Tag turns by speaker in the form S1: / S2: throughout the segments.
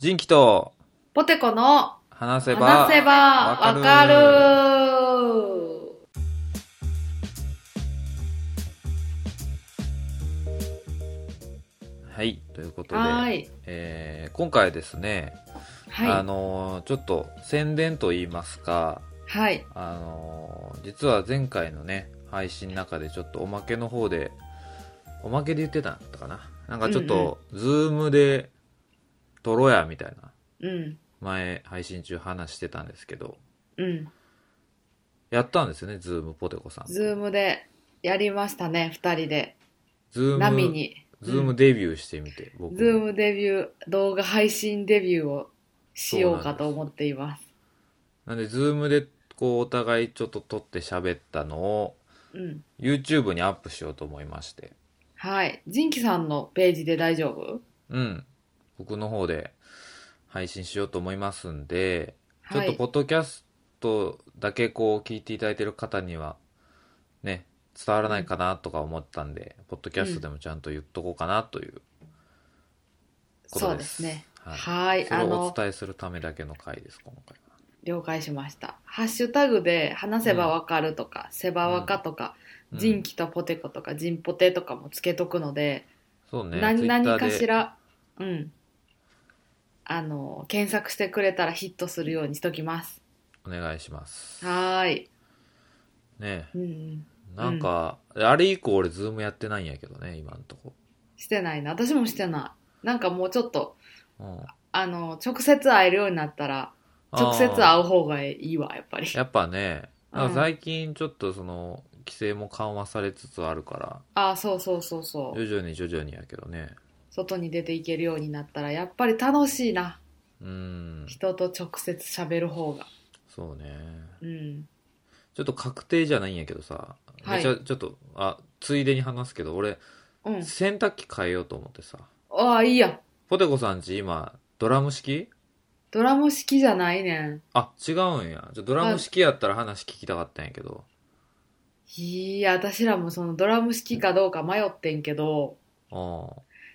S1: 人気と
S2: ポテコの
S1: 話せば
S2: 話せばわかる
S1: はい、ということで、
S2: はーい。
S1: えー今回ですね、あ
S2: はい。
S1: のーちょっと宣伝と言いますか、
S2: はい。
S1: あのー実は前回のね、配信の中でちょっとおまけの方で、おまけで言ってたんだったかな。なんかちょっと、ズームで撮ろうや、みたいな、
S2: うん。
S1: 前配信中話してたんですけど、
S2: うん。
S1: やったんですよね、ズームポテコさん。
S2: ズームでやりましたね、二人で。
S1: ズーム
S2: 波に。
S1: ズーム
S2: うん
S1: デビューしてみて、僕も
S2: ズームデビュー、動画配信デビューをしようかと思っています。
S1: なんで、ズームで、こう、お互いちょっと撮って喋ったのを、
S2: うん。
S1: YouTube にアップしようと思いまして。
S2: はい。ジンキさんのページで大丈夫
S1: うん。僕の方で配信しようと思いますんで、ちょ
S2: は
S1: っと
S2: い
S1: ポ。ッドキャストだけこう聞いていただいてる方には、ね、伝わらないかなとか思ったんで、ポッドキャストでもちゃんと言っとこうかなということです。
S2: そうですね。
S1: はい。
S2: はい。
S1: それ
S2: あ
S1: をお
S2: の、
S1: 伝えするためだけの回です、今回は。
S2: 了解しました。ハッシュタグで、話せばわかるとか、せばわかとか、
S1: うん
S2: ジンキとポテコとか、ジンポテとかもつけとくので、
S1: そうね。
S2: 何何
S1: Twitter
S2: か
S1: で
S2: しら、うん、あの検索してくれたらヒットするようにしときます。
S1: お願いします。
S2: はーい、
S1: ね
S2: うんうん、
S1: なんか、あれ以降俺ズームやってないんやけどね、今んとこ。
S2: してないな私もしてないなんかもうちょっと
S1: うん。
S2: あの直接会えるようになったら直接
S1: あー
S2: 会う方がいいわやっぱり
S1: やっぱね、
S2: うん
S1: なんか最近ちょっとその、規制も緩和されつつあるから、
S2: ああそうそうそうそう
S1: 徐々に徐々にやけどね。
S2: 外に出ていけるようになったらやっぱり楽しいな
S1: うーん、
S2: 人と直接喋る方が
S1: そうね。
S2: うん
S1: ちょっと確定じゃないんやけどさ、
S2: はい
S1: めちゃ、ちょっと、あ、ついでに話すけど、俺、
S2: うん
S1: 洗濯機変えようと思ってさ、
S2: ああいいや
S1: ポテコさんち今、ドラム式
S2: ドラム式じゃないねん
S1: あ、違うんや。じゃドラム式やったら話聞きたかったんやけど。
S2: いや私らもそのドラム式かどうか迷ってんけど
S1: うん。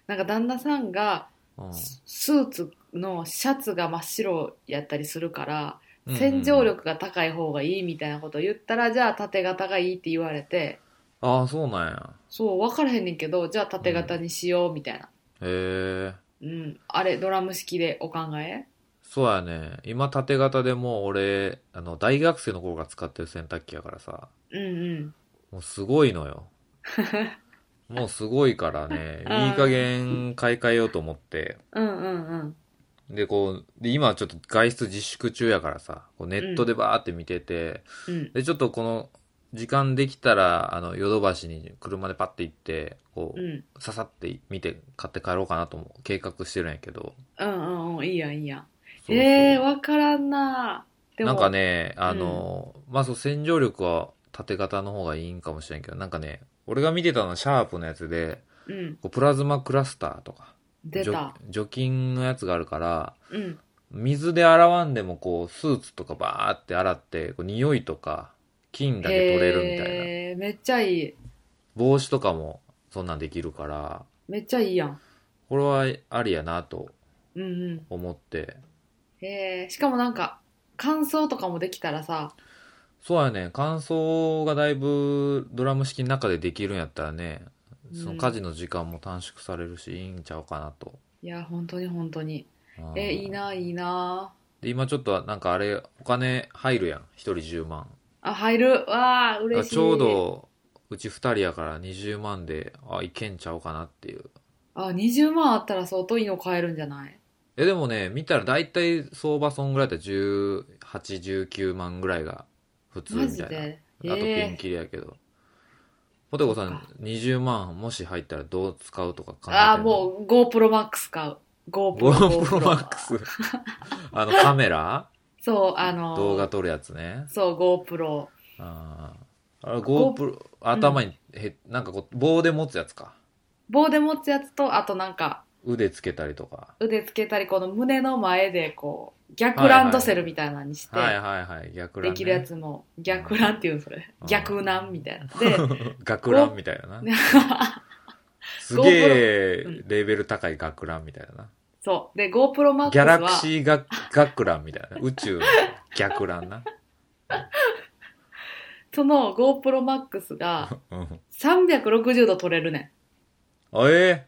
S2: なんか旦那さんが
S1: うん
S2: ススーツのシャツが真っ白やったりするから、
S1: うん。
S2: 洗浄力が高い方がいいみたいなことを言ったらじゃあ縦型がいいって言われて
S1: ああ、そうなんや。
S2: そう分からへんねんけどじゃあ縦型にしようみたい
S1: へ
S2: な、
S1: え。
S2: うんあれドラム式でお考え
S1: そうやね。今、縦型でもう俺、あの、大学生の頃から使ってる洗濯機やからさ、
S2: うんうん
S1: もうすごいのよ。 もうすごいからね、
S2: あ
S1: い
S2: ー
S1: い加減買い替えようと思って。
S2: うんうんうん
S1: で、こう、で、今ちょっと外出自粛中やからさ、こうネットでバーって見てて、
S2: うん
S1: で、ちょっとこの、時間できたら、あの、ヨドバシに車でパッて行って、こ
S2: うんうん
S1: う、ささって見て買って帰ろうかなとも計画してるんやけど。
S2: うんうんいいやんいいやん
S1: そうそう
S2: えー、分からんなで
S1: なんかね、あの、まあ、そう、洗浄力は縦型の方がいいんかもしれんけど、なんかね、俺が見てたのはシャープのやつで、
S2: うん
S1: こうプラズマクラスターとか、
S2: 出
S1: 除
S2: た
S1: 除菌のやつがあるから、
S2: うん
S1: 水で洗わんでもこう、スーツとかバーって洗って、こう匂いとか、菌だけ取れるみたいな。
S2: えー、めっちゃいい
S1: 帽子とかもそんなんできるから、
S2: めっちゃいいやん
S1: これはありやなと
S2: うんうん
S1: 思って。
S2: へえしかもなんか乾燥とかもできたらさ
S1: そうやね、乾燥がだいぶドラム式の中でできるんやったらね、その家事の時間も短縮されるし、いいんちゃうかなと。
S2: いや本当に本当に
S1: うん
S2: えいい。ないいな
S1: で、今ちょっとなんかあれ、お金入るやん。一人10万。
S2: あ入るわあ嬉しい
S1: ちょうど、うち二人やから20万で、あ、いけんちゃうかなっていう。
S2: あ20万あったら相当いいの買えるんじゃない
S1: え、でもね、見たら大体相場そんぐらいだったら18、19万ぐらいが普通
S2: マ
S1: み
S2: ジ
S1: たいな。
S2: で
S1: あとピン
S2: え
S1: キリやけど。ポテコさ
S2: そっ
S1: ん
S2: か、
S1: 20万もし入ったらどう使うとか考えてんの
S2: ああもう GoProMax 買う
S1: GoProMax。あのカメラ
S2: そう あの
S1: 動画撮るやつね。
S2: そう GoPro
S1: あーあれ GoPro、頭にへ、なんかこう棒で持つやつか。
S2: 棒で持つやつとあとなんか
S1: 腕つけたりとか。
S2: 腕つけたりこの胸の前でこう逆ランドセルみたいなのにして
S1: はいはいはい。逆乱、ね。
S2: できるや。つも逆ランっていうのそれ
S1: うん
S2: 逆なんみたいなで
S1: 学ランみたいなな。すげえレベル高い学ランみたいなな。
S2: そう。で、GoPro Max は、
S1: ギャラクシーが学ランみたいなね。宇宙の逆ランな。
S2: その GoPro Max が
S1: うん。
S2: 360度撮れるね
S1: あえ
S2: ん。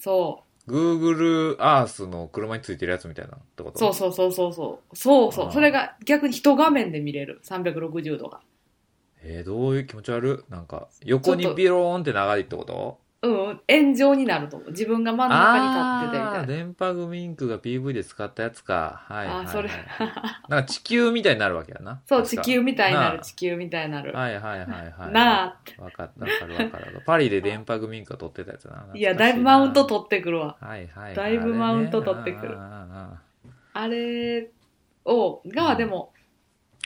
S2: そ
S1: ー、Google Earth の車についてるやつみたいなってこ
S2: う。
S1: と
S2: そうそうそうそうそう。そうそ
S1: あー
S2: う。それが逆に一画面で見れる。360度が。
S1: えー、どういう気持ち悪いなんか、横にビローンって長いってこと
S2: うんうん。炎上になると思う。自分が真ん中に立っててみた
S1: あ
S2: い
S1: ー
S2: な。
S1: 電波組インクが PV で使ったやつか。はい、はいはい。
S2: あーそれ
S1: なんか地球みたいになるわけやな。
S2: そう、
S1: 確
S2: 地
S1: か
S2: 球みたいにな
S1: な
S2: る、
S1: あ
S2: 地球みたいになる。
S1: はいはいはいはい。
S2: なあって。
S1: わかった、わかるわかる。パリで電波組インクが撮ってたやつな。
S2: いや、だいぶマウント
S1: 取
S2: 取ってくるわ。
S1: はいはいはい。
S2: だいぶマウント取ってくる
S1: あれねあーあーあー
S2: あれを、が、
S1: うん
S2: でも、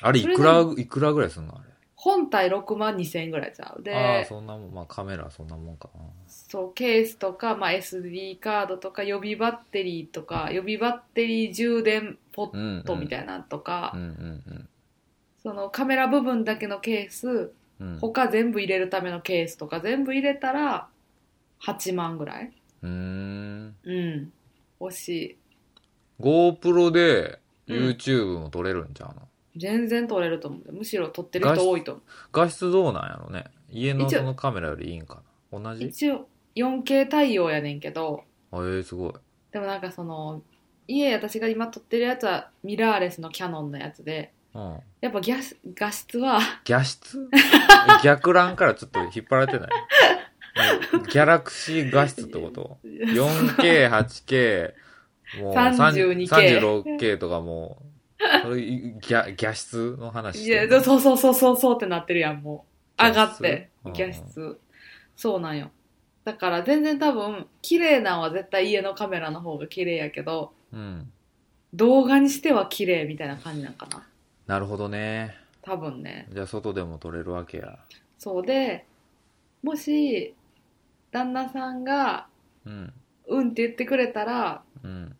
S1: あれい
S2: それ
S1: くら、いくらぐらいすんのあれ。
S2: 本体6万2千円ぐらいちゃ
S1: あ
S2: う。
S1: あ、
S2: で、
S1: そんなもん、まあカメラそんなもんか。
S2: そう、ケースとか、まあ、SD カードとか、予備バッテリーとか、予備バッテリー充電ポ
S1: う
S2: ッ
S1: ん、うん。
S2: トみたいなのとか、
S1: うんうん
S2: そのカメラ部分だけのケース、
S1: うん。うん
S2: 他全部入れるためのケースとか、全部入れたら、8万ぐらいう
S1: ーん。
S2: うん。惜しい。
S1: GoPro で
S2: うん
S1: YouTube も撮れるんちゃうの、
S2: 全然撮れると思う。むしろ撮ってる人多いと思う。
S1: 画質どうなんやろね家の
S2: 一応
S1: そのカメラよりいいんかな同じえ
S2: 一応、4K 対応やねんけど、
S1: えー、すごい。
S2: でもなんかその家私が今撮ってるやつはミラーレスのキャノンのやつで
S1: うん。
S2: やっぱギャス画質は
S1: 画質 逆乱からちょっと引っ張られてない ギャラクシー画質ってこと ?4K、8K、もう
S2: 32K
S1: 36K とかもう、それ、ギャ、ギャ質の話し
S2: い
S1: て
S2: や
S1: んの
S2: そうそうそうそうそうってなってるやんもう上がって
S1: 画質
S2: 画質そうなんよだから全然多分綺麗なんは絶対家のカメラの方が綺麗やけど
S1: うん。
S2: 動画にしては綺麗みたいな感じなんかな
S1: なるほどね。
S2: 多分ね
S1: じゃあ外でも撮れるわけや。
S2: そうでもし旦那さんが
S1: うん。
S2: 「うん」って言ってくれたら
S1: うん。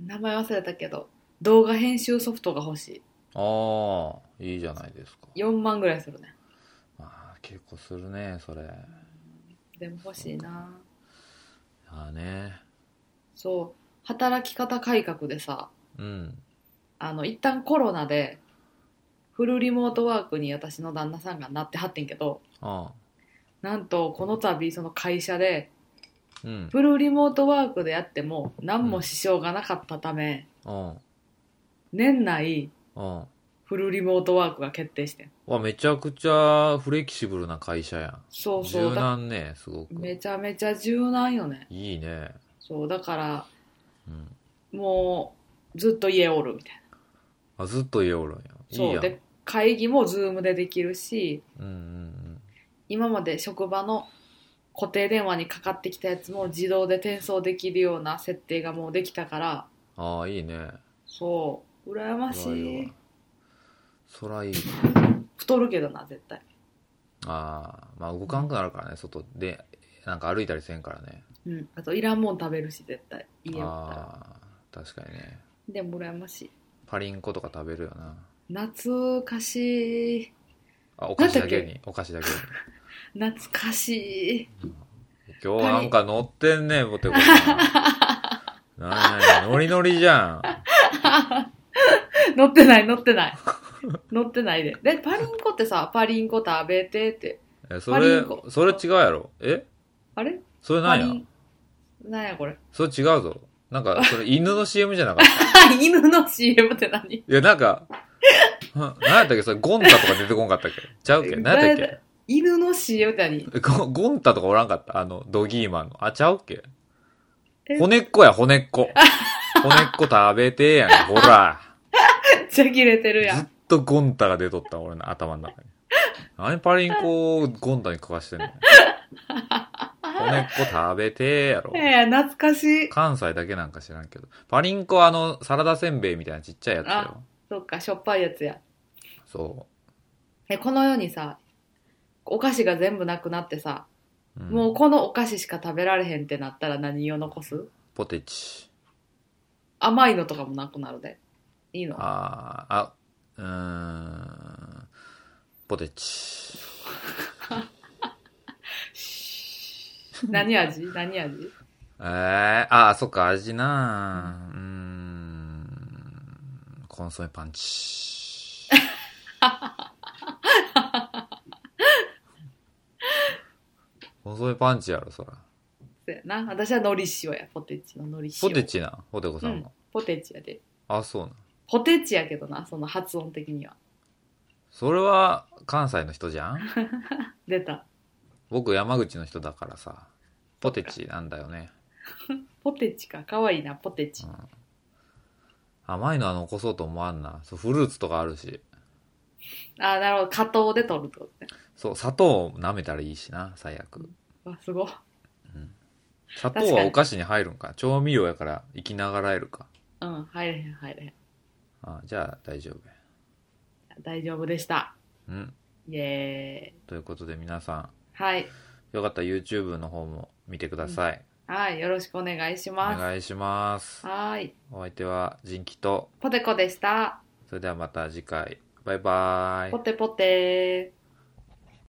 S2: 名前忘れたけど動画編集ソフトが欲しい
S1: ああ、いいじゃないですか。
S2: 4万ぐらいするね
S1: まあ、結構するね、それ。
S2: でも欲しいな
S1: ああね。
S2: そう働き方改革でさ
S1: うん。
S2: あの一旦コロナでフルリモートワークに私の旦那さんがなってはってんけど
S1: ああ。
S2: なんとこの度その会社で
S1: うん。
S2: フルリモートワークでやっても何も支障がなかったため、
S1: うん。
S2: 年内
S1: うん。
S2: フルリモートワークが決定してん
S1: わ、めちゃくちゃフレキシブルな会社やん。
S2: そうそ
S1: 柔
S2: うだ
S1: 軟ね、すごく。
S2: めちゃめちゃ柔軟よね
S1: いいね。
S2: そうだから
S1: うん。
S2: もうずっと家おるみたいな
S1: あ、ずっと家おるんや。いい
S2: そ
S1: や。
S2: うん
S1: うん
S2: で会議もズームでできるし
S1: うんうん。
S2: 今まで職場の固定電話にかかってきたやつも自動で転送できるような設定がもうできたから
S1: ああ、いいね。
S2: そう羨まし
S1: うわう
S2: い
S1: わそらいい。
S2: 太るけどな絶対
S1: ああ、まあ動かんくなるからね、外で。なんか歩いたりせんからね。
S2: うんあといらんもん食べるし絶対家おったら
S1: ああ、確かにね。
S2: でも羨ましい
S1: パリンコとか食べるよな。
S2: 懐かしい
S1: あ、お菓子
S2: なん
S1: だ
S2: だっけ
S1: けに。お菓子 だけに。
S2: 懐かしい
S1: 今日なんか乗ってんね、ボテコさ ん。なになにノリノリじゃん。
S2: 乗ってない乗ってない乗ってないででパリンコってさパリンコ食べてって
S1: え、そ
S2: パリ
S1: れ
S2: ンコ、
S1: それ違うやろ。え
S2: あれ
S1: それな
S2: パ
S1: ん
S2: リ
S1: や
S2: ンなんやこれ
S1: それ違うぞ。なんか、それ犬の CM じゃなかった。
S2: 犬の CM って何
S1: いや、なんか、 ななんやったっけそれゴンタとか出てこんかったっけちゃうっけなんやったっけ
S2: 犬の CM って何
S1: ゴ ゴンタとかおらんかったあの、ドギーマンの。あ、ちゃうっけ
S2: え
S1: 骨っこや、骨っ こ。骨っこ食べてやん。ほら。
S2: めっちゃ切れてるや
S1: ずっ
S2: ん。
S1: とゴンタが出とった、俺の頭の中 に。何パリンコをゴンタに食わしてんの骨っこ食べてやろ。
S2: ええ懐かしい。
S1: 関西だけなんか知らんけど。パリンコはあの、サラダせんべいみたいなちっちゃいやつよ。
S2: そっか、しょっぱいやつや。
S1: そ
S2: え、この世にさ、お菓子が全部なくなってさ、
S1: う。うん
S2: もうこのお菓子しか食べられへんってなったら何を残す
S1: ポテチ。
S2: 甘いのとかもなくなるで。いいの
S1: あー、あ、うーん。ポテチ。
S2: 何味何味
S1: えー、ああ、そっか、味なーうーん。コンソメパンチ。コンソメパンチやろ、そら。
S2: そうやな。私はのり塩や。ポテチののり
S1: ポ
S2: 塩。
S1: テチな、ポテコさんの。
S2: ポテチやで。
S1: あ、そうな。
S2: ポテチやけどな、その発音的には。
S1: それは関西の人じゃん
S2: 出た。
S1: 僕山口の人だからさ、ポテチなんだよね。
S2: ポテチか。かわいいな、ポテチ
S1: う。ん甘いのは残そうと思わんな。そう、フルーツとかあるし。
S2: あ、なるほど。加糖で取るってことね。
S1: そう、砂糖を舐めたらいいしな、最悪。
S2: わ、すごい。
S1: 砂
S2: 確
S1: 糖
S2: か
S1: は
S2: に
S1: お菓子に入るんか。調味料やから生きながらえるか。
S2: うん、入れへん、入れへん。
S1: あじゃあ大丈夫。
S2: 大丈夫でした。
S1: うん。
S2: イエーイ。
S1: ということで皆さん、
S2: はい。
S1: よかったら YouTube の方も見てください。
S2: はい、よろしくお願いし
S1: お
S2: ま
S1: 願いします
S2: す。。はい。
S1: お相手はジンキと、
S2: ポテコでした。
S1: それではまた次回。バイバーイ
S2: ポ。テポテー。